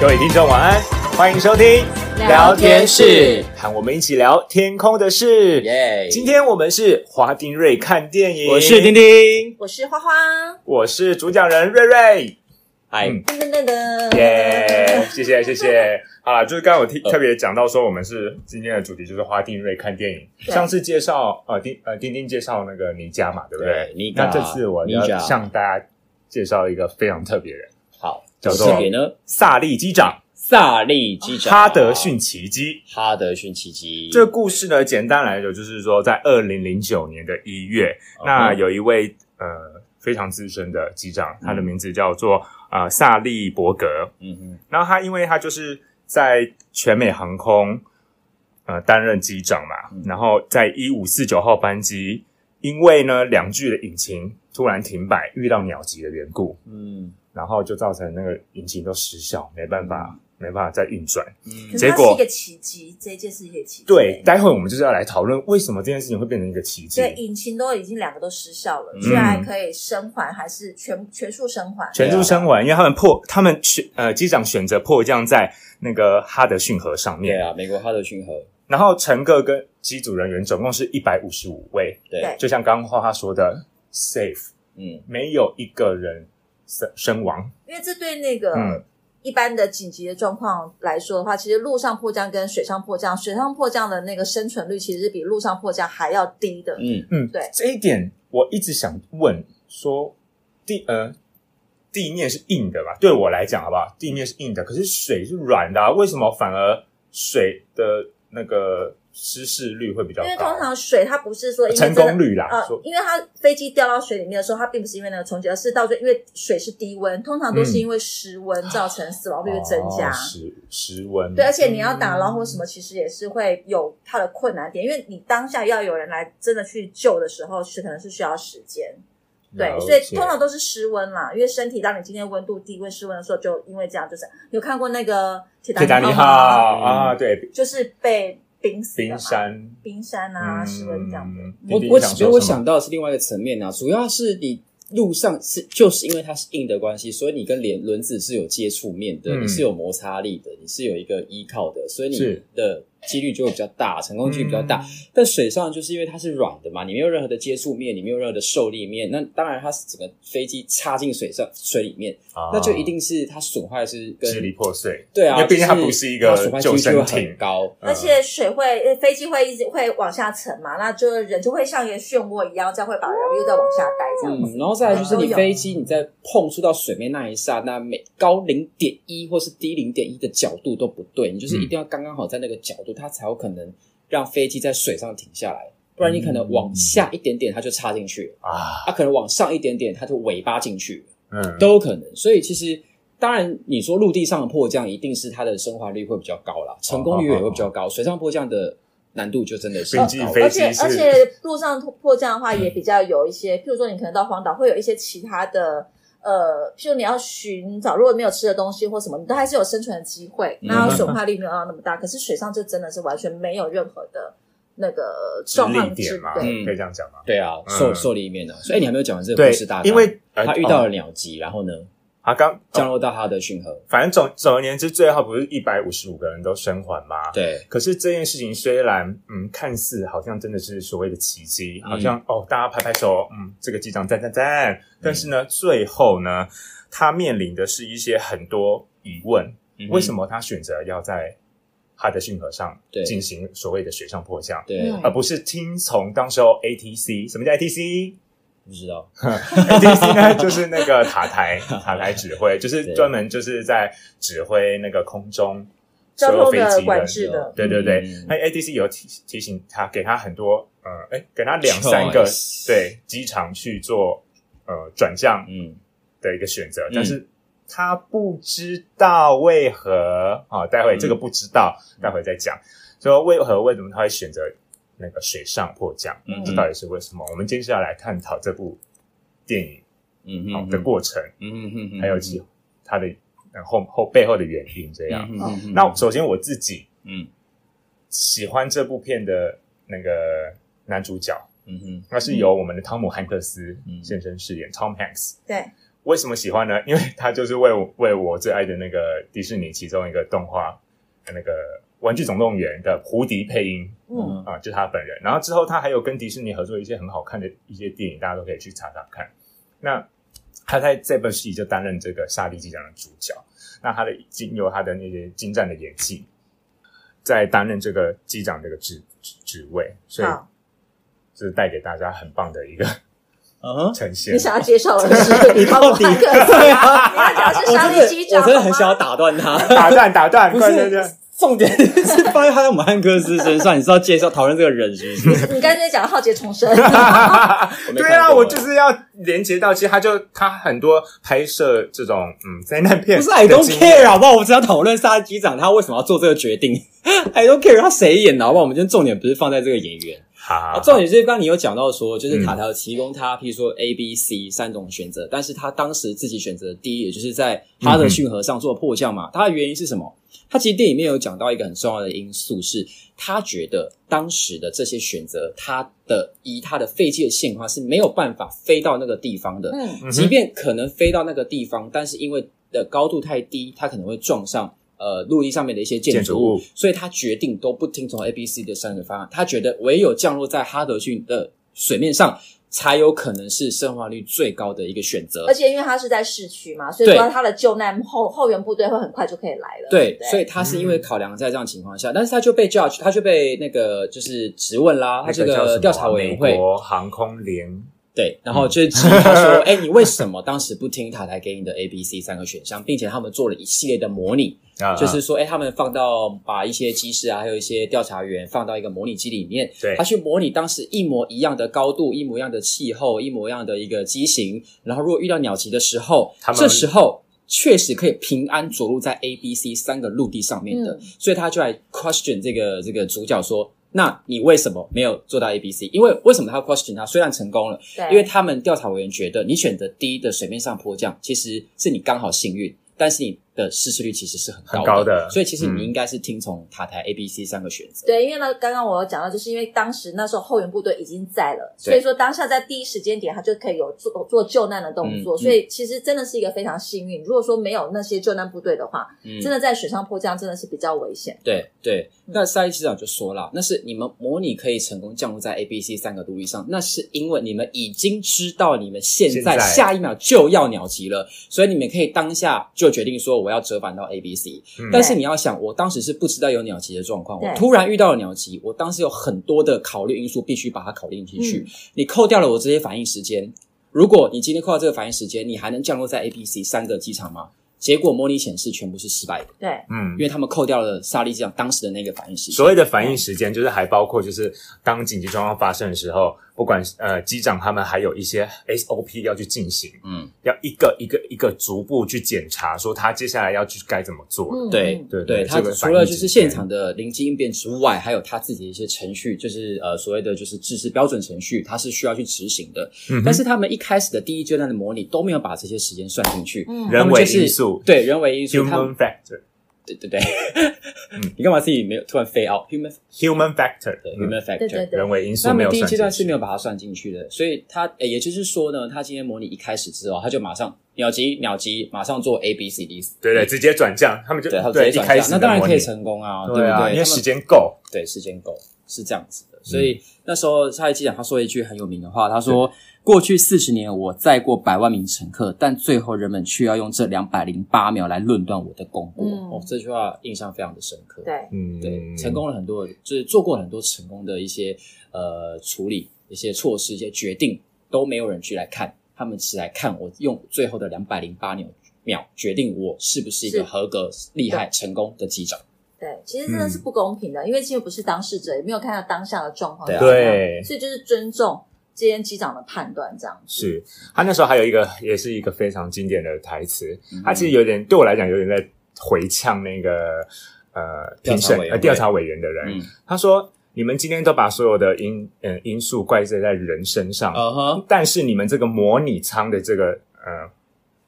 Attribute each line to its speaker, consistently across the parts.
Speaker 1: 各位听众晚安，欢迎收听
Speaker 2: 聊天室，
Speaker 1: 和我们一起聊天空的事。
Speaker 2: 耶！
Speaker 1: 今天我们是华丁瑞看电影，
Speaker 3: 我是丁，丁，
Speaker 4: 我是花花，
Speaker 1: 我是主讲人瑞瑞，
Speaker 3: 嗨、
Speaker 1: 嗯
Speaker 4: 噔噔噔噔，
Speaker 1: 耶！谢谢谢谢。好啦，就是刚刚我听
Speaker 3: 呃
Speaker 1: 特别讲到说，我们是今天的主题就是花丁瑞看电影。
Speaker 4: 对
Speaker 1: 上次介绍呃丁呃丁丁介绍那个尼加嘛，对不对？
Speaker 3: 对尼加
Speaker 1: 那这次我要
Speaker 3: 尼加
Speaker 1: 向大家介绍一个非常特别的人，
Speaker 3: 好，
Speaker 1: 叫做
Speaker 3: 这边呢，
Speaker 1: 萨利机长
Speaker 3: 萨利机长
Speaker 1: 哈德逊奇迹。
Speaker 3: 哈德逊奇迹，哦
Speaker 1: 这故事呢，简单来说就是说，在二零零九年的一月，
Speaker 3: 哦嗯
Speaker 1: 那有一位呃非常资深的机长，他的名字叫做呃萨利伯格。
Speaker 3: 嗯哼
Speaker 1: 然后他因为他就是在全美航空呃担任机长嘛，
Speaker 3: 嗯
Speaker 1: 然后在一五四九号班机，因为呢两具的引擎突然停摆，遇到鸟击的缘故，
Speaker 3: 嗯
Speaker 1: 然后就造成那个引擎都失效，没办法、没办法再运转。
Speaker 4: 可
Speaker 3: 嗯
Speaker 4: 是
Speaker 1: 结
Speaker 4: 它
Speaker 1: 果
Speaker 4: 是一个奇迹，这件事一个奇迹。
Speaker 1: 对，，待会我们就是要来讨论为什么这件事情会变成一个奇迹。
Speaker 4: 对，引擎都已经两个都失效了，
Speaker 3: 嗯
Speaker 4: 居然还可以生还，还是全全数生还。
Speaker 1: 全速生还，因为他们迫，他们选呃机长选择迫降在那个哈德逊河上
Speaker 3: 对
Speaker 1: 面，
Speaker 3: 啊，美国哈德逊河，
Speaker 1: 然后乘客跟机组人员总共是一百五十五位，
Speaker 3: 对，
Speaker 4: 对
Speaker 1: 就像刚刚花花说的，safe
Speaker 3: 嗯
Speaker 1: 没有一个人身身亡，
Speaker 4: 因为这对那个、
Speaker 1: 嗯
Speaker 4: 一般的紧急的状况来说的话，其实陆上迫降跟水上迫降，水上迫降的那个生存率其实是比陆上迫降还要低的。
Speaker 3: 嗯，
Speaker 1: 嗯，
Speaker 4: 对
Speaker 1: 这一点我一直想问说地呃地面是硬的吧？对我来讲好不好？地面是硬的，可是水是软的、啊，为什么反而水的那个失事率会比较
Speaker 4: 因
Speaker 1: 高？
Speaker 4: 为通常水它不是说因为
Speaker 1: 成
Speaker 4: 真的
Speaker 1: 功率啦，啊
Speaker 4: 呃
Speaker 1: 说，
Speaker 4: 因为它飞机掉到水里面的时候，它并不是因为那个冲击，而是到最因为水是低温，通常都是因为湿温造成死亡率的增
Speaker 1: 嗯
Speaker 4: 加。
Speaker 1: 哦时时温。
Speaker 4: 对，而且你要打
Speaker 1: 嗯
Speaker 4: 捞或什么，其实也是会有它的困难点，因为你当下要有人来真的去救的时候，是可能是需要时间。对
Speaker 1: 嗯了，解
Speaker 4: 所以通常都是失温啦，因为身体当你今天温度低温失温的时候，就因为这样，就是有看过那个铁
Speaker 1: 铁达
Speaker 4: 尼
Speaker 1: 尼
Speaker 4: 号
Speaker 1: 号
Speaker 4: 吗，
Speaker 1: 啊，对，
Speaker 4: 就是被冰死的嘛
Speaker 1: 冰山
Speaker 4: 冰山啊，失温这样子。
Speaker 1: 嗯
Speaker 3: 我
Speaker 1: 弟弟
Speaker 3: 我
Speaker 1: 想
Speaker 3: 觉
Speaker 1: 说
Speaker 3: 得我
Speaker 1: 什么
Speaker 3: 想到的是另外一个层面啊，主要是你。路上是就是因为它是硬的关系，所以你跟轮轮子是有接触面的，
Speaker 1: 嗯
Speaker 3: 你是有摩擦力的，你是有一个依靠的，所以你
Speaker 1: 是
Speaker 3: 的几率就会比较大，成功几率比较大。但水上就是因为它是软的嘛，你没有任何的接触面，你没有任何的受力面，那当然它整个飞机插进水上水里面，
Speaker 1: 啊
Speaker 3: 那就一定是它损坏是跟
Speaker 1: 支离破碎。
Speaker 3: 对啊，
Speaker 1: 因为毕竟它
Speaker 3: 就是
Speaker 1: 不是一个
Speaker 3: 它损坏几率
Speaker 1: 救生
Speaker 3: 就会
Speaker 1: 艇
Speaker 3: 很高，
Speaker 4: 而且水会，呃飞机会一直会往下沉嘛，那就人就会像一个漩涡一样，这样会把人又再往下带这样子。
Speaker 3: 嗯，然后再来就是
Speaker 4: 都
Speaker 3: 你
Speaker 4: 有
Speaker 3: 飞机你在碰触到水面那一刹那，每高零点一或是低零点一的角度都不对，你就是
Speaker 1: 嗯
Speaker 3: 一定要刚刚好在那个角度，它才有可能让飞机在水上停下来，不然你可能
Speaker 1: 嗯
Speaker 3: 往下一点点它就插进去了，
Speaker 1: 啊，
Speaker 3: 它可能往上一点点它就尾巴进去了。
Speaker 1: 嗯，
Speaker 3: 都有可能。所以其实当然，你说陆地上的迫降一定是它的生还率会比较高啦，成功率也会比较
Speaker 1: 哦
Speaker 3: 高。水上迫降的难度就真的是嗯
Speaker 1: 飞机
Speaker 3: 高
Speaker 1: 飞
Speaker 4: 而且
Speaker 1: 机是
Speaker 4: 而且路上迫降的话，也比较有一些，譬如说你可能到荒岛会有一些其他的，呃，譬如你要寻找，如果没有吃的东西或什么，你都还是有生存的机会，
Speaker 3: 嗯
Speaker 4: 那损害率没有到那么大。可是水上就真的是完全没有任何的那个状
Speaker 1: 力
Speaker 4: 况
Speaker 1: 点
Speaker 4: 之
Speaker 1: 嘛，
Speaker 4: 对。
Speaker 3: 嗯
Speaker 1: 可以这样讲吗？
Speaker 3: 对啊，
Speaker 1: 嗯
Speaker 3: 受受力面的。所以你还没有讲完这个
Speaker 1: 对
Speaker 3: 故事大，纲，
Speaker 1: 因为呃
Speaker 3: 他遇到
Speaker 1: 哦
Speaker 3: 了鸟击，然后呢
Speaker 1: 啊，刚
Speaker 3: 降
Speaker 1: 哦
Speaker 3: 落到他的逊河。
Speaker 1: 反正总总而言之，最后不是一百五十五个人都生还吗？
Speaker 3: 对，
Speaker 1: 可是这件事情虽然，嗯，看似好像真的是所谓的奇迹，好
Speaker 3: 嗯
Speaker 1: 像、哦，大家拍拍手，嗯，这个机长赞赞赞。但是呢，最后呢，他面临的是一些很多疑问，为什
Speaker 3: 么？
Speaker 1: 么他选择要在哈德逊河上
Speaker 3: 对
Speaker 1: 进行所谓的水上迫降，
Speaker 3: 对，
Speaker 4: 嗯
Speaker 1: 而不是听从当时候 ATC？什么叫 ATC？
Speaker 3: 不知道。
Speaker 1: ATC 呢， 就是那个塔台塔台指挥，就是
Speaker 3: 对
Speaker 1: 专门就是在指挥那个空中
Speaker 4: 交
Speaker 1: 所有
Speaker 4: 通
Speaker 1: 飞
Speaker 4: 的
Speaker 1: 机
Speaker 4: 管制的，
Speaker 1: 对对对
Speaker 3: 嗯，
Speaker 1: 那 ADC 有提提醒他，给他很多呃，哎，给他两
Speaker 3: Choice
Speaker 1: 三个对机场去做呃转向
Speaker 3: 嗯，
Speaker 1: 的一个选择
Speaker 3: 嗯，
Speaker 1: 但是他不知道为何啊，待会
Speaker 3: 嗯
Speaker 1: 这个不知道，待会再讲，说为何为什么他会选择那个水上迫降
Speaker 3: 嗯，
Speaker 1: 这到底是为什么？我们接下来探讨这部电影
Speaker 3: 嗯
Speaker 1: 好
Speaker 3: 哼
Speaker 1: 的过程，
Speaker 3: 嗯哼哼，
Speaker 1: 还有
Speaker 3: 机
Speaker 1: 其他的呃后后背后的原因这样。
Speaker 3: 嗯
Speaker 1: 啊那首先我自己
Speaker 3: 嗯
Speaker 1: 喜欢这部片的那个男主角，
Speaker 3: 嗯哼
Speaker 1: 那是由我们的汤姆汉克斯
Speaker 3: 嗯
Speaker 1: 先生饰演、Tom Hanks。
Speaker 4: 对，
Speaker 1: 为什么喜欢呢？因为它就是为我为我最爱的那个迪士尼其中一个动画呃那个《玩具总动员》的胡迪配音
Speaker 4: 嗯，
Speaker 1: 啊、就是他本人。然后之后他还有跟迪士尼合作一些很好看的一些电影，大家都可以去查查看。那他在这部戏就担任这个沙利机长的主角，那他的经由他的那些精湛的演技，在担任这个机长这个职职职位，所以
Speaker 4: 好，
Speaker 1: 这是带给大家很棒的一个
Speaker 3: 嗯哼，
Speaker 1: 呈现。
Speaker 4: 你想要介绍的 是
Speaker 3: 你到底
Speaker 4: 你啊要讲的 是
Speaker 3: 我
Speaker 4: 沙
Speaker 3: 真
Speaker 4: 利机
Speaker 3: 的
Speaker 4: 长，
Speaker 3: 我真的很
Speaker 4: 好吗
Speaker 3: 想要打断他，
Speaker 1: 打断打断，
Speaker 3: 不
Speaker 1: 快点点
Speaker 3: 是重点是发现他在我们汉克斯身上，你是要介绍讨论这个人是 不是？
Speaker 4: 你刚才讲浩劫重 生，
Speaker 3: 我没
Speaker 1: 对
Speaker 3: 看
Speaker 1: 啊，
Speaker 3: 过
Speaker 1: 我就是要连接到，其实他就他很多拍摄这种嗯灾难片的经验，
Speaker 3: 不是啊 I don't care 好不好？我们只要讨论沙机长他为什么要做这个决定 ，I don't care 他谁演的好不好？我们今天重点不是放在这个演员，
Speaker 1: 好，
Speaker 3: 啊，
Speaker 1: 好
Speaker 3: 重点是刚刚你有讲到说，就是
Speaker 1: 嗯
Speaker 3: 塔塔有提供他，譬如说 A、B、C 三种选择，但是他当时自己选择的第一，也就是在哈德逊河上做迫降嘛。他的原因是什么？他其实电影里面有讲到一个很重要的因素是，他觉得当时的这些选择，他的以他的飞机的现况是没有办法飞到那个地方的，
Speaker 4: 嗯，
Speaker 1: 嗯哼
Speaker 3: 即便可能飞到那个地方，但是因为的高度太低，它可能会撞上呃陆地上面的一些建
Speaker 1: 建
Speaker 3: 筑
Speaker 1: 筑
Speaker 3: 物，
Speaker 1: 物
Speaker 3: 所以他决定都不听从 A、B、C 的三个方案。他觉得唯有降落在哈德逊的水面上，才有可能是生还率最高的一个选择
Speaker 4: 而。且因为他是在市区嘛，所以说
Speaker 3: 对
Speaker 4: 他的救难后后援部队会很快就可以来了，
Speaker 3: 对，
Speaker 4: 不
Speaker 3: 所以他是因为考量在这样的情况下，但是他就被 judge，他就被那个就是质问啦，他
Speaker 1: 那
Speaker 3: 这
Speaker 1: 个叫什
Speaker 3: 个
Speaker 1: 么啊
Speaker 3: 调查委员
Speaker 1: 美
Speaker 3: 会
Speaker 1: 国嗯航空联
Speaker 3: 对，然后就是质疑他说：“哎、你为什么当时不听塔台给你的 A、B、C 三个选项，并且他们做了一系列的模拟，
Speaker 1: 啊，
Speaker 3: 就是说，哎、他们放到把一些机师啊，还有一些调查员放到一个模拟机里面，
Speaker 1: 对
Speaker 3: 他去模拟当时一模一样的高度、一模一样的气候、一模一样的一个机型，然后如果遇到鸟击的时候
Speaker 1: 他，们
Speaker 3: 这时候确实可以平安着陆在 A、B、C 三个陆地上面的，
Speaker 4: 嗯
Speaker 3: 所以他就来 question 这个这个主角说。那你为什么没有做到 A、B、C？因为为什么他 question 他？虽然成功了，
Speaker 4: 对，
Speaker 3: 因为他们调查委员觉得你选择低的水面上坡降，其实是你刚好幸运，但是你的失事率其实是很高
Speaker 1: 很高的
Speaker 3: 所以其实你
Speaker 1: 嗯
Speaker 3: 应该是听从塔台 A、B、C 三个选择。
Speaker 4: 对，因为呢，刚刚我有讲到，就是因为当时那时候后援部队已经在了，
Speaker 3: 对
Speaker 4: 所以说当下在第一时间点，他就可以有做做救难的动作，
Speaker 3: 嗯嗯
Speaker 4: 所以其实真的是一个非常幸运。如果说没有那些救难部队的话，
Speaker 3: 嗯
Speaker 4: 真的在水上迫降真的是比较危险。
Speaker 3: 对对，那沙利机啊长就说了，那是你们模拟可以成功降落在 A、B、C 三个陆地上，那是因为你们已经知道你们现在
Speaker 1: 现在
Speaker 3: 下一秒就要鸟击了，所以你们可以当下就决定说我要折返到 A、B、C。
Speaker 1: 嗯
Speaker 3: 但是你要想，我当时是不知道有鸟击的状况，
Speaker 4: 对
Speaker 3: 我突然遇到了鸟击，我当时有很多的考虑因素必须把它考虑进去。
Speaker 4: 嗯
Speaker 3: 你扣掉了我这些反应时间，如果你今天扣掉这个反应时间，你还能降落在 A、B、C 三个机场吗？结果模拟显示全部是失败的，
Speaker 4: 对，
Speaker 1: 嗯
Speaker 3: 因。为他们扣掉了沙利机长当时的那个反应时间。
Speaker 1: 所谓的反应时间，就是还包括就是当紧急状况发生的时候，不管是呃机长他们还有一些 SOP 要去进行，
Speaker 3: 嗯，
Speaker 1: 要一个一个一个逐步去检查，说他接下来要去该怎么做。
Speaker 4: 嗯，
Speaker 3: 对
Speaker 4: 嗯
Speaker 1: 对
Speaker 3: 对
Speaker 1: 对，
Speaker 3: 他
Speaker 1: 这个
Speaker 3: 除
Speaker 1: 反应
Speaker 3: 了就是
Speaker 1: 时间
Speaker 3: 现场的临机应变之外，还有他自己的一些程序，就是呃所谓的就是制式标准程序，他是需要去执行的。
Speaker 1: 嗯哼
Speaker 3: 但是他们一开始的第一阶段的模拟都没有把这些时间算进去，
Speaker 4: 嗯
Speaker 3: 他
Speaker 1: 人
Speaker 3: 们
Speaker 1: 为
Speaker 3: 就是
Speaker 1: 因素
Speaker 3: 对人为因素，他们
Speaker 1: ，human factor。
Speaker 3: 对对对， 你干嘛自己没有突然飞 out human
Speaker 1: human factor，
Speaker 3: 对
Speaker 1: 嗯
Speaker 3: human factor？
Speaker 4: 对对对
Speaker 1: 人为因素
Speaker 3: 他
Speaker 1: 没
Speaker 3: 们
Speaker 1: 有
Speaker 3: 第一
Speaker 1: 算
Speaker 3: 阶
Speaker 1: 进
Speaker 3: 段是
Speaker 1: 去。
Speaker 3: 没有把它算进去的，所以他呃也就是说呢，他今天模拟一开始之后，他就马上鸟击鸟击，马上做 A B C D，
Speaker 1: 对对，直接转降，他们就
Speaker 3: 对，他
Speaker 1: 对
Speaker 3: 直
Speaker 1: 一
Speaker 3: 接
Speaker 1: 开
Speaker 3: 转
Speaker 1: 始
Speaker 3: 向，那当然
Speaker 1: 的模
Speaker 3: 可以
Speaker 1: 拟
Speaker 3: 成功啊，不
Speaker 1: 对
Speaker 3: 对？
Speaker 1: 啊，因为
Speaker 3: 他们
Speaker 1: 时间嗯够，
Speaker 3: 对，时间够是这样子的。所以、那时候沙利机长他说一句很有名的话，他说：“过去四十年，我载过百万名乘客，但最后人们却要用这两百零八秒来论断我的功过。
Speaker 4: 嗯
Speaker 3: 哦，这句话印象非常的深刻。
Speaker 4: 对，
Speaker 1: 嗯，
Speaker 3: 对，成功了很多，就是做过很多成功的一些呃处理、一些措施、一些决定，都没有人去来看，他们只来看我用最后的两百零八秒秒决定我是不是一个
Speaker 4: 是
Speaker 3: 合格、厉害、成功的机长。
Speaker 4: 对，其实真的
Speaker 1: 嗯
Speaker 4: 是不公平的，因为其实不是当事者，也没有看到当下的状况
Speaker 3: 对
Speaker 4: 是
Speaker 3: 啊
Speaker 4: 怎么样，
Speaker 1: 对
Speaker 4: 所以就是尊重今天机长的判断这样子。
Speaker 1: 是他那时候还有一个，也是一个非常经典的台词，
Speaker 3: 嗯
Speaker 1: 他其实有点对我来讲有点在回呛那个呃
Speaker 3: 调查
Speaker 1: 评审
Speaker 3: 委员
Speaker 1: 呃
Speaker 3: 会
Speaker 1: 调查委员的人，
Speaker 3: 嗯，
Speaker 1: 他说你们今天都把所有的因嗯、因素怪罪在人身上，
Speaker 3: 嗯哼，
Speaker 1: 但是你们这个模拟舱的这个呃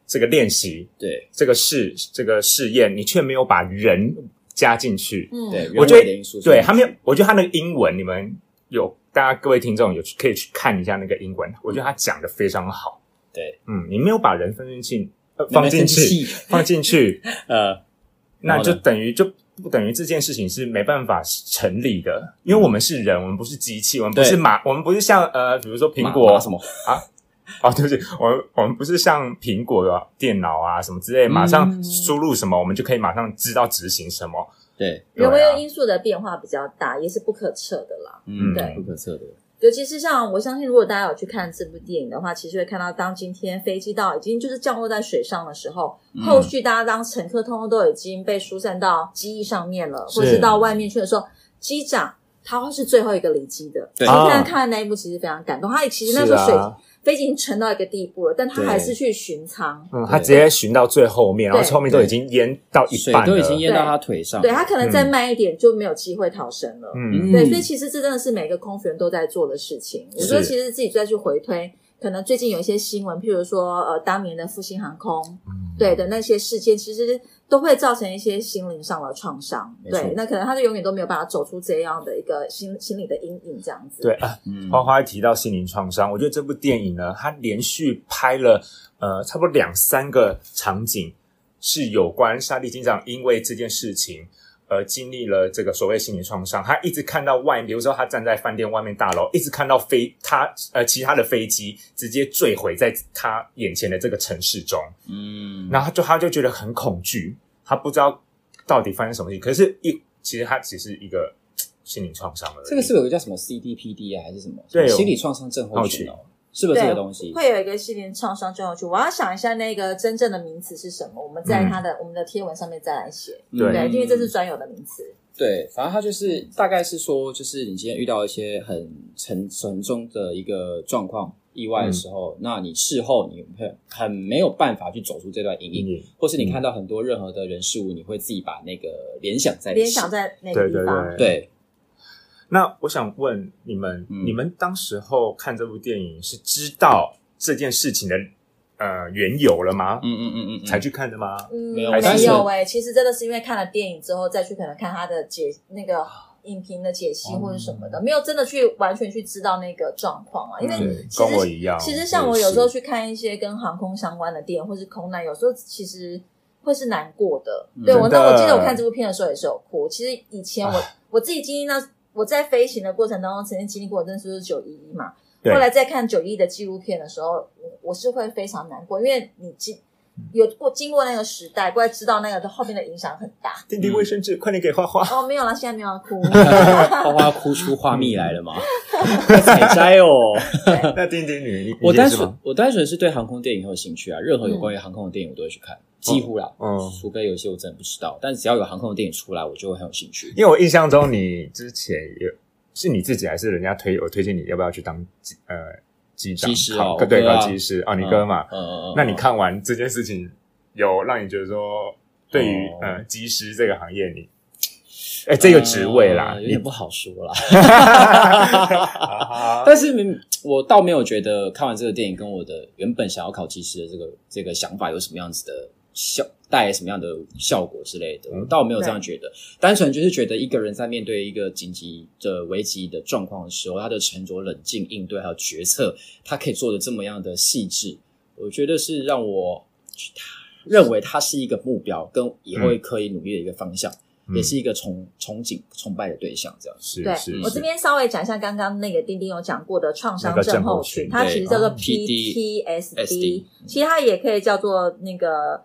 Speaker 1: 这个练习
Speaker 3: 对。”
Speaker 1: 这个试这个试验，你却没有把人加进去，
Speaker 4: 嗯，
Speaker 3: 对，
Speaker 1: 我
Speaker 3: 人
Speaker 1: 觉
Speaker 3: 为
Speaker 1: 得
Speaker 3: 的因素是
Speaker 1: 对他没有，我觉得他那个英文，你们有大家各位听众有去可以去看一下那个英文，我觉得他讲的非常好。
Speaker 3: 对，
Speaker 1: 嗯，你没有把人放进去，呃、放进去，
Speaker 3: 去，
Speaker 1: 放进 去，
Speaker 3: 呃，
Speaker 1: 那
Speaker 3: 然后
Speaker 1: 就
Speaker 3: 呢
Speaker 1: 等于就不等于这件事情是没办法成立的，因为我们是人，我们不是机器，我们不
Speaker 3: 对
Speaker 1: 是马，我们不是像呃，比如说苹
Speaker 3: 马
Speaker 1: 果
Speaker 3: 马什么？
Speaker 1: 哦，对不起，我们我们不是像苹果的电脑啊什么之类，马上
Speaker 3: 嗯
Speaker 1: 输入什么，我们就可以马上知道执行什么。
Speaker 3: 对，
Speaker 1: 对
Speaker 4: 人
Speaker 1: 啊
Speaker 4: 为的因素的变化比较大，也是不可测的啦。
Speaker 1: 嗯
Speaker 4: 对
Speaker 3: 不可测的，
Speaker 4: 尤其是像我相信，如果大家有去看这部电影的话，其实会看到，当今天飞机到已经就是降落在水上的时候，
Speaker 1: 嗯
Speaker 4: 后续大家当乘客通通都已经被疏散到机翼上面了，或是到外面去的时候，机长他会是最后一个离机的。
Speaker 3: 对
Speaker 4: 其实
Speaker 1: 啊
Speaker 4: 看看那一幕，其实非常感动。他其实那
Speaker 1: 是
Speaker 4: 时候水、
Speaker 1: 啊，
Speaker 4: 飞机已经沉到一个地步了，但他
Speaker 3: 对
Speaker 4: 还是去巡舱。
Speaker 1: 嗯，他直接寻到最后面，然后
Speaker 4: 对
Speaker 1: 后面都已经淹到一
Speaker 3: 水
Speaker 1: 半了，
Speaker 3: 都已经淹到
Speaker 4: 对
Speaker 3: 他腿上，
Speaker 4: 对他可能再慢一点就没有机会逃生了。
Speaker 1: 嗯
Speaker 4: 对，
Speaker 3: 嗯
Speaker 4: 所以其实这真的是每个空服员都在做的事情。我
Speaker 1: 是
Speaker 4: 觉得其实自己再去回推，可能最近有一些新闻，譬如说呃，当年的复兴航空、
Speaker 1: 嗯
Speaker 4: 对的那些事件，其实都会造成一些心灵上的创伤。
Speaker 3: 没错
Speaker 4: 对，那可能他就永远都没有办法走出这样的一个心心理的阴影，这样子。
Speaker 1: 对，啊。
Speaker 3: 嗯
Speaker 1: 花花提到心灵创伤，我觉得这部电影呢，它连续拍了呃差不多两三个场景，是有关沙利警长因为这件事情。呃，经历了这个所谓心灵创伤，他一直看到外，比如说他站在饭店外面大楼，一直看到飞他呃其他的飞机直接坠毁在他眼前的这个城市中，
Speaker 3: 嗯，
Speaker 1: 然后就他就觉得很恐惧，他不知道到底发生什么事情。可是一，其实他只是一个嘖心灵创伤而已。
Speaker 3: 这个是不是有个叫什么 CDPD 啊，还是什么？
Speaker 1: 对
Speaker 3: 什么
Speaker 1: 我
Speaker 3: 心理创伤症候群哦，是不是
Speaker 4: 对
Speaker 3: 这个东西？
Speaker 4: 会有一个心灵创伤症候群。我要想一下那个真正的名词是什么，我们在
Speaker 1: 嗯
Speaker 4: 他的、我们的贴文上面再来写。
Speaker 1: 对
Speaker 4: 对，因为这是专有的名词。
Speaker 3: 嗯对，反正他就是大概是说，就是你今天遇到一些很沉沉重的一个状况、意外的时
Speaker 1: 嗯
Speaker 3: 候，那你事后你会很没有办法去走出这段阴影，
Speaker 1: 嗯
Speaker 3: 或是你看到很多任何的人事物，你会自己把那个联想在一起
Speaker 4: 联想在那个
Speaker 1: 对
Speaker 4: 地
Speaker 1: 对
Speaker 4: 方，
Speaker 1: 对
Speaker 3: 对，
Speaker 1: 那我想问你们，
Speaker 3: 嗯
Speaker 1: 你们当时候看这部电影是知道这件事情的呃缘由了吗？
Speaker 3: 嗯嗯嗯嗯，
Speaker 1: 才去看的吗？
Speaker 4: 嗯，
Speaker 3: 没有
Speaker 1: 但
Speaker 4: 没
Speaker 1: 是
Speaker 4: 有哎、其实真的是因为看了电影之后，再去可能看他的解那个影评的解析或者什么
Speaker 1: 哦
Speaker 4: 的，没有真的去完全去知道那个状况啊。因为
Speaker 1: 对
Speaker 4: 其实、
Speaker 1: 跟我一样。
Speaker 4: 其实像我有时候
Speaker 1: 也是
Speaker 4: 去看一些跟航空相关的电影或是空难，有时候其实会是难过的。
Speaker 3: 嗯
Speaker 4: 对我，
Speaker 1: 真
Speaker 4: 那
Speaker 1: 的
Speaker 4: 我记得我看这部片的时候也是有哭。其实以前我我自己经历到。我在飞行的过程当中，曾经经历过，真的是九一一嘛。
Speaker 1: 对
Speaker 4: 后来在看九一的纪录片的时候，我我是会非常难过，因为你经有过经过那个时代，过来知道那个的后面的影响很大。
Speaker 1: 弟弟卫生纸，快点给花 花。
Speaker 4: 哦，没有啦，现在没有要哭。
Speaker 3: 花花哭出花蜜来 了吗？采摘哦。
Speaker 1: 那丁丁女，你
Speaker 3: 我
Speaker 1: 你也
Speaker 3: 单
Speaker 1: 是
Speaker 3: 纯
Speaker 1: 吗？
Speaker 3: 我单纯是对航空电影很有兴趣啊，任何有关于航空的电影我都会去
Speaker 1: 哦
Speaker 3: 看，几乎啦，
Speaker 1: 嗯
Speaker 3: 除非有一些我真的不知道，但只要有航空的电影出来，我就会很有兴趣。
Speaker 1: 因为我印象中你之前有是你自己还是人家推我推荐你要不要去当机呃机长？
Speaker 3: 机师哦
Speaker 1: 考
Speaker 3: 我
Speaker 1: 对，
Speaker 3: 哥啊
Speaker 1: 当机师哦，你哥嘛。
Speaker 3: 嗯嗯嗯，
Speaker 1: 那你看完这件事情，有让你觉得说，对于
Speaker 3: 哦
Speaker 1: 呃机师这个行业，你哎这个职位啦，
Speaker 3: 呃有
Speaker 1: 你
Speaker 3: 点不好说啦。
Speaker 1: 哈哈，
Speaker 3: 但是嗯我倒没有觉得看完这个电影跟我的原本想要考技师的这个这个想法有什么样子的效，带来什么样的效果之类的，
Speaker 1: 嗯
Speaker 3: 我倒没有这样觉得。单纯就是觉得一个人在面对一个紧急的危机的状况的时候，他的沉着冷静应对还有决策，他可以做的这么样的细致，我觉得是让我认为他是一个目标，跟以后可以努力的一个方向，也是一个崇憧憬、崇拜的对象，这样。
Speaker 1: 是
Speaker 4: 对
Speaker 1: 是，
Speaker 4: 我
Speaker 1: 是
Speaker 4: 这边稍微讲一下刚刚那个丁丁有讲过的创伤
Speaker 1: 那个症
Speaker 4: 症
Speaker 1: 候
Speaker 4: 候
Speaker 1: 群
Speaker 4: 群，它其实叫做
Speaker 3: 对哦 PTSD
Speaker 4: PTSD，其实它也可以叫做那个。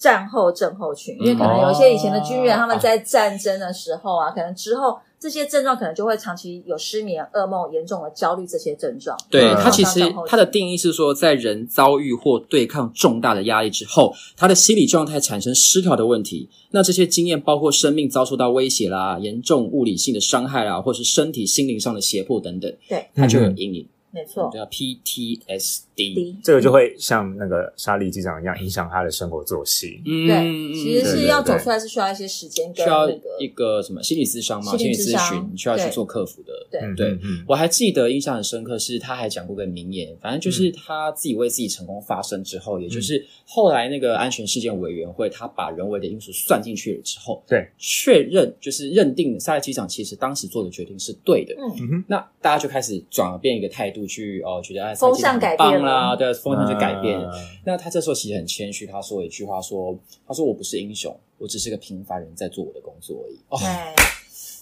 Speaker 4: 战后症候群，因为可能有一些以前的军人，
Speaker 3: 哦
Speaker 4: 他们在战争的时候啊，可能之后这些症状可能就会长期有失眠、噩梦、严重的焦虑这些症状。
Speaker 3: 对
Speaker 1: 嗯
Speaker 3: 它其实
Speaker 4: 创伤症候群
Speaker 3: 它的定义是说，在人遭遇或对抗重大的压力之后，他的心理状态产生失调的问题。那这些经验包括生命遭受到威胁啦、严重物理性的伤害啦，或是身体、心灵上的胁迫等等，
Speaker 4: 对，
Speaker 3: 它就有阴影，
Speaker 4: 没错
Speaker 3: 我们，叫 PTSD。
Speaker 4: D
Speaker 1: 这个就会像那个莎莉机长一样，影响他的生活作息。
Speaker 3: 嗯
Speaker 4: 对，其实
Speaker 1: 对
Speaker 4: 是
Speaker 1: 对
Speaker 4: 要
Speaker 1: 对
Speaker 4: 走出来是需要一些时间跟
Speaker 3: 需要
Speaker 4: 那个
Speaker 3: 一个什么心理咨商嘛，
Speaker 4: 心
Speaker 3: 心
Speaker 4: 理
Speaker 3: 理
Speaker 4: 咨
Speaker 3: 咨
Speaker 4: 商
Speaker 3: 询，你需要去
Speaker 4: 对
Speaker 3: 做客服的。
Speaker 1: 嗯
Speaker 3: 对
Speaker 1: 嗯嗯
Speaker 3: 我还记得印象很深刻，是他还讲过个名言，反正
Speaker 1: 嗯
Speaker 3: 就是他自己为自己成功发声之后，也就是后来那个安全事件委员会，他把人为的因素算进去了之后，
Speaker 1: 对，
Speaker 3: 确认就是认定沙莱机长其实当时做的决定是对的。
Speaker 4: 嗯，
Speaker 1: 嗯哼，
Speaker 3: 那大家就开始转变一个态度去，哦，觉得哎，
Speaker 4: 风向改变
Speaker 3: 沙拉机长很棒啦，对，风向去改变。
Speaker 1: 啊
Speaker 3: 那他这时候其实很谦虚，他说了一句话说：“他说我不是英雄，我只是个平凡人在做我的工作而已。”哦，
Speaker 4: 哎，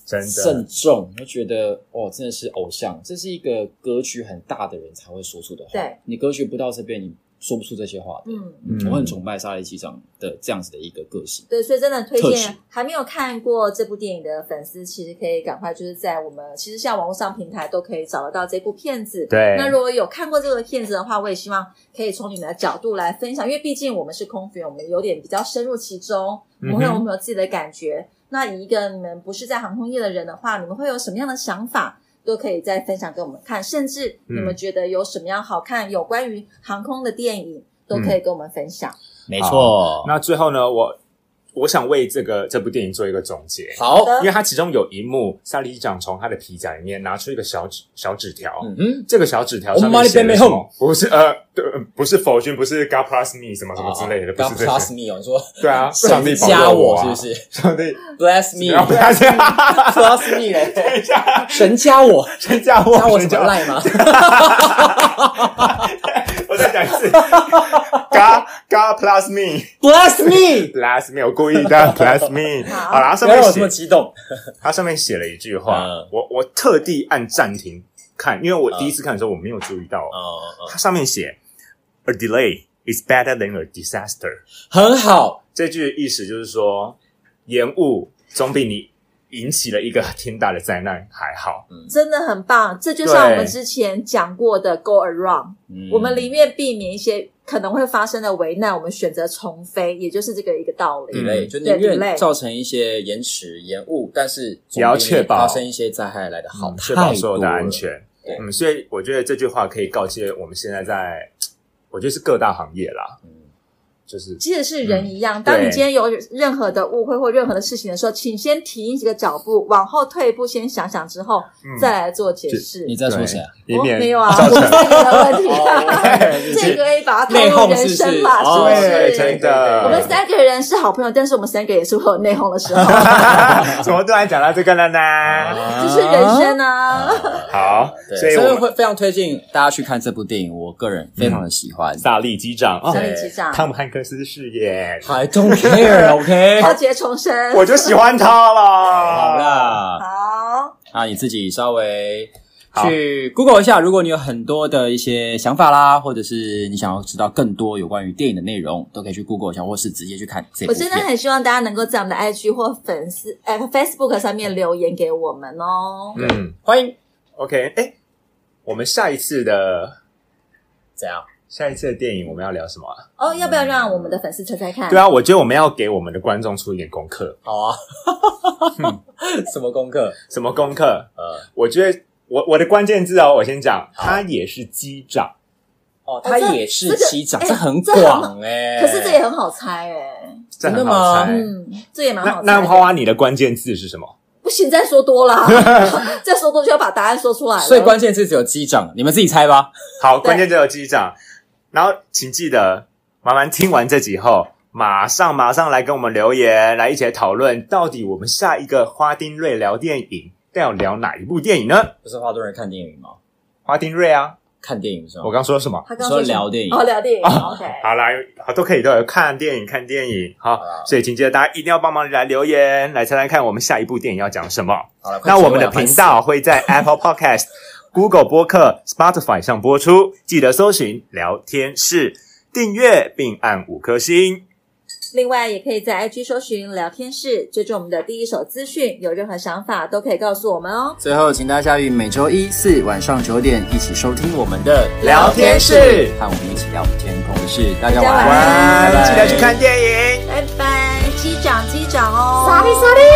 Speaker 1: 真的，
Speaker 3: 慎重，我觉得哦，真的是偶像，这是一个格局很大的人才会说出的话。
Speaker 4: 对，
Speaker 3: 你格局不到这边，你说不出这些话的。
Speaker 4: 嗯。
Speaker 1: 嗯
Speaker 3: 我很崇拜沙利机长的这样子的一个个性。
Speaker 4: 对，所以真的推
Speaker 3: 特
Speaker 4: 荐
Speaker 3: 质
Speaker 4: 还没有看过这部电影的粉丝，其实可以赶快就是在我们其实像网络上平台都可以找得到这部片子。
Speaker 1: 对
Speaker 4: 那如果有看过这个片子的话，我也希望可以从你们的角度来分享，因为毕竟我们是空服员，我们有点比较深入其中，我们会有
Speaker 1: 嗯哼
Speaker 4: 我们有自己的感觉。那以一个你们不是在航空业的人的话，你们会有什么样的想法？都可以再分享给我们看，甚至你们
Speaker 1: 嗯
Speaker 4: 觉得有什么样好看有关于航空的电影，都
Speaker 1: 嗯
Speaker 4: 可以跟我们分享。
Speaker 3: 没
Speaker 1: 错，那最后呢，我我想为这个这部电影做一个总结。
Speaker 3: 好，
Speaker 4: 的
Speaker 1: 因为它其中有一幕，萨利机长从他的皮夹里面拿出一个小纸小纸条，
Speaker 3: 嗯哼，
Speaker 1: 这个小纸条上面写
Speaker 3: Oh, my
Speaker 1: 了
Speaker 3: baby
Speaker 1: 什么？不是呃，对呃不是否君，不是 God plus me 什么什么之类的，不
Speaker 3: 刚
Speaker 1: 是这
Speaker 3: 啊 plus
Speaker 1: 些。
Speaker 3: me 哦，你说
Speaker 1: 对 啊，上帝保
Speaker 3: 加
Speaker 1: 佑啊
Speaker 3: 是不？是
Speaker 1: 上帝，
Speaker 3: ？bless
Speaker 1: 然 后不
Speaker 3: me，plus
Speaker 1: 要这样，
Speaker 3: me 嘞，
Speaker 1: 等一下，
Speaker 3: 神加我，
Speaker 1: 神加我，
Speaker 3: 加我
Speaker 1: 神
Speaker 3: 什么赖吗？
Speaker 1: 我再讲一次，God God plus me
Speaker 3: Bless me！
Speaker 1: plus me，我故意的 plus me。
Speaker 4: 好
Speaker 1: 好啦，它
Speaker 3: 不
Speaker 1: 上
Speaker 3: 要
Speaker 1: 面
Speaker 3: 让我这
Speaker 1: 写
Speaker 3: 么激动。
Speaker 1: 它上面写了一句话，
Speaker 3: 嗯
Speaker 1: 我我特地按暂停看，因为我第一次看的时候我没有注意到，啊
Speaker 3: 哦，
Speaker 1: 它上面写 A delay is better than a disaster。
Speaker 3: 很好，
Speaker 1: 这句意思就是说，延误总比你引起了一个天大的灾难还好。
Speaker 4: 真的很棒，这就像
Speaker 1: 对
Speaker 4: 我们之前讲过的 “go around”，
Speaker 3: 嗯
Speaker 4: 我们宁愿避免一些可能会发生的危难，我们选择重飞，也就是这个一个道理。
Speaker 1: 嗯
Speaker 3: delay，就宁愿造成一些延迟、延误，但是
Speaker 1: 也要确保
Speaker 3: 发生一些灾害来的好
Speaker 1: 嗯确
Speaker 3: 太多了
Speaker 1: 保所有的安。全
Speaker 3: 对。
Speaker 1: 嗯，所以我觉得这句话可以告诫我们现在在，我觉得是各大行业啦，
Speaker 3: 嗯
Speaker 1: 就是
Speaker 4: 即使是人一样，
Speaker 1: 嗯
Speaker 4: 当你
Speaker 1: 对
Speaker 4: 今天有任何的误会或任何的事情的时候，请先停几个脚步，往后退一步，先想想之后、
Speaker 1: 嗯
Speaker 4: 再来做解释。
Speaker 3: 你在说谁啊？
Speaker 1: 以
Speaker 4: 我
Speaker 1: 免
Speaker 4: 没有啊，
Speaker 1: 造
Speaker 4: 我
Speaker 1: 成
Speaker 4: 自己的问题、啊
Speaker 3: 哦
Speaker 4: 这个可以把它
Speaker 3: 内
Speaker 4: 套入
Speaker 3: 讧
Speaker 4: 人
Speaker 3: 是不是
Speaker 4: 生吧，
Speaker 3: 哦
Speaker 4: 是不是？
Speaker 1: 对真的
Speaker 4: 我们三个人是好朋友，但是我们三个也是会有内讧的时候，
Speaker 1: 怎么突然讲到这个了呢？
Speaker 4: 这是人生啊。
Speaker 3: 啊
Speaker 1: 好
Speaker 3: 对
Speaker 1: 所
Speaker 3: 所
Speaker 1: 以
Speaker 3: 以
Speaker 1: 我们
Speaker 3: 会非常推荐大家去看这部电影，我个人非常的喜 欢。
Speaker 1: 萨利机长，哦
Speaker 4: 萨利机
Speaker 3: 啊
Speaker 4: 长
Speaker 1: 汤姆汉克斯饰演，
Speaker 3: I don't care，OK？
Speaker 4: 浩劫重生。
Speaker 1: 我就喜欢他
Speaker 3: 好
Speaker 1: 了。
Speaker 3: 啦，
Speaker 4: 好，
Speaker 3: 那你自己稍微
Speaker 1: 好
Speaker 3: 去 Google 一下，如果你有很多的一些想法啦，或者是你想要知道更多有关于电影的内容，都可以去 Google 一下，或是直接去看这部
Speaker 4: 我
Speaker 3: 片。
Speaker 4: 真的很希望大家能够在我们的 IG 或粉丝呃 Facebook 上面留言给我们哦。
Speaker 1: 嗯
Speaker 3: 欢迎，
Speaker 1: ，OK，哎，我们下一次的
Speaker 3: 怎样？
Speaker 1: 下一次的电影我们要聊什么啊？
Speaker 4: 哦，要不要让我们的粉丝猜猜看？
Speaker 1: 对啊，我觉得我们要给我们的观众出一点功课。
Speaker 3: 好 啊，什么功课？
Speaker 1: 什么功课？
Speaker 3: 呃，
Speaker 1: 我觉得我我的关键字哦，我先讲，他也是机长，
Speaker 3: 哦，
Speaker 4: 这
Speaker 3: 他也是机长，
Speaker 4: 这个
Speaker 3: 这很广哎、
Speaker 4: 可是这也很好猜哎，
Speaker 1: 这很
Speaker 3: 真的吗
Speaker 1: 好猜。
Speaker 4: 嗯，这也蛮
Speaker 1: 那
Speaker 4: 好猜
Speaker 1: 那
Speaker 4: 的。
Speaker 1: 花花，你的关键字是什么？
Speaker 4: 不行，再说 多啦，再说多就要把答案说出来了。
Speaker 3: 所以关键是只有机长，你们自己猜吧。
Speaker 1: 好，关键字有机长。然后请记得，麻烦听完这集后，马上马上来跟我们留言，来一起来讨论，到底我们下一个花丁瑞聊电影要聊哪一部电影呢？
Speaker 3: 不是花多人看电影吗？
Speaker 1: 花丁瑞啊，
Speaker 3: 看电影是吗
Speaker 1: 我？刚说什么？
Speaker 4: 他刚刚说
Speaker 3: 你
Speaker 4: 什么
Speaker 3: 说聊电影
Speaker 4: 哦，聊电影，OK。
Speaker 1: 好啦，好都可以都有看电影，看电影好
Speaker 3: 啊，
Speaker 1: 所以请记得大家一定要帮忙来留言，来猜猜看我们下一部电影要讲 什么。
Speaker 3: 好了，快
Speaker 1: 那
Speaker 3: 结尾
Speaker 1: 我们的频道会在 Apple Podcast、Google 播客、Spotify 上播出，记得搜寻“聊天室”，订阅并按五颗星。
Speaker 4: 另外，也可以在 IG 搜寻聊天室，追踪我们的第一手资讯，有任何想法都可以告诉我们哦。
Speaker 3: 最后，请大家于每周一四晚上九点一起收听我们的
Speaker 1: 聊天室
Speaker 3: 和我们一起聊天空事。大家
Speaker 4: 大家
Speaker 3: 晚
Speaker 4: 晚
Speaker 1: 晚安，
Speaker 3: 安，拜拜
Speaker 1: 记得去看电影。
Speaker 4: 拜拜，机长，机长哦，
Speaker 2: 萨利。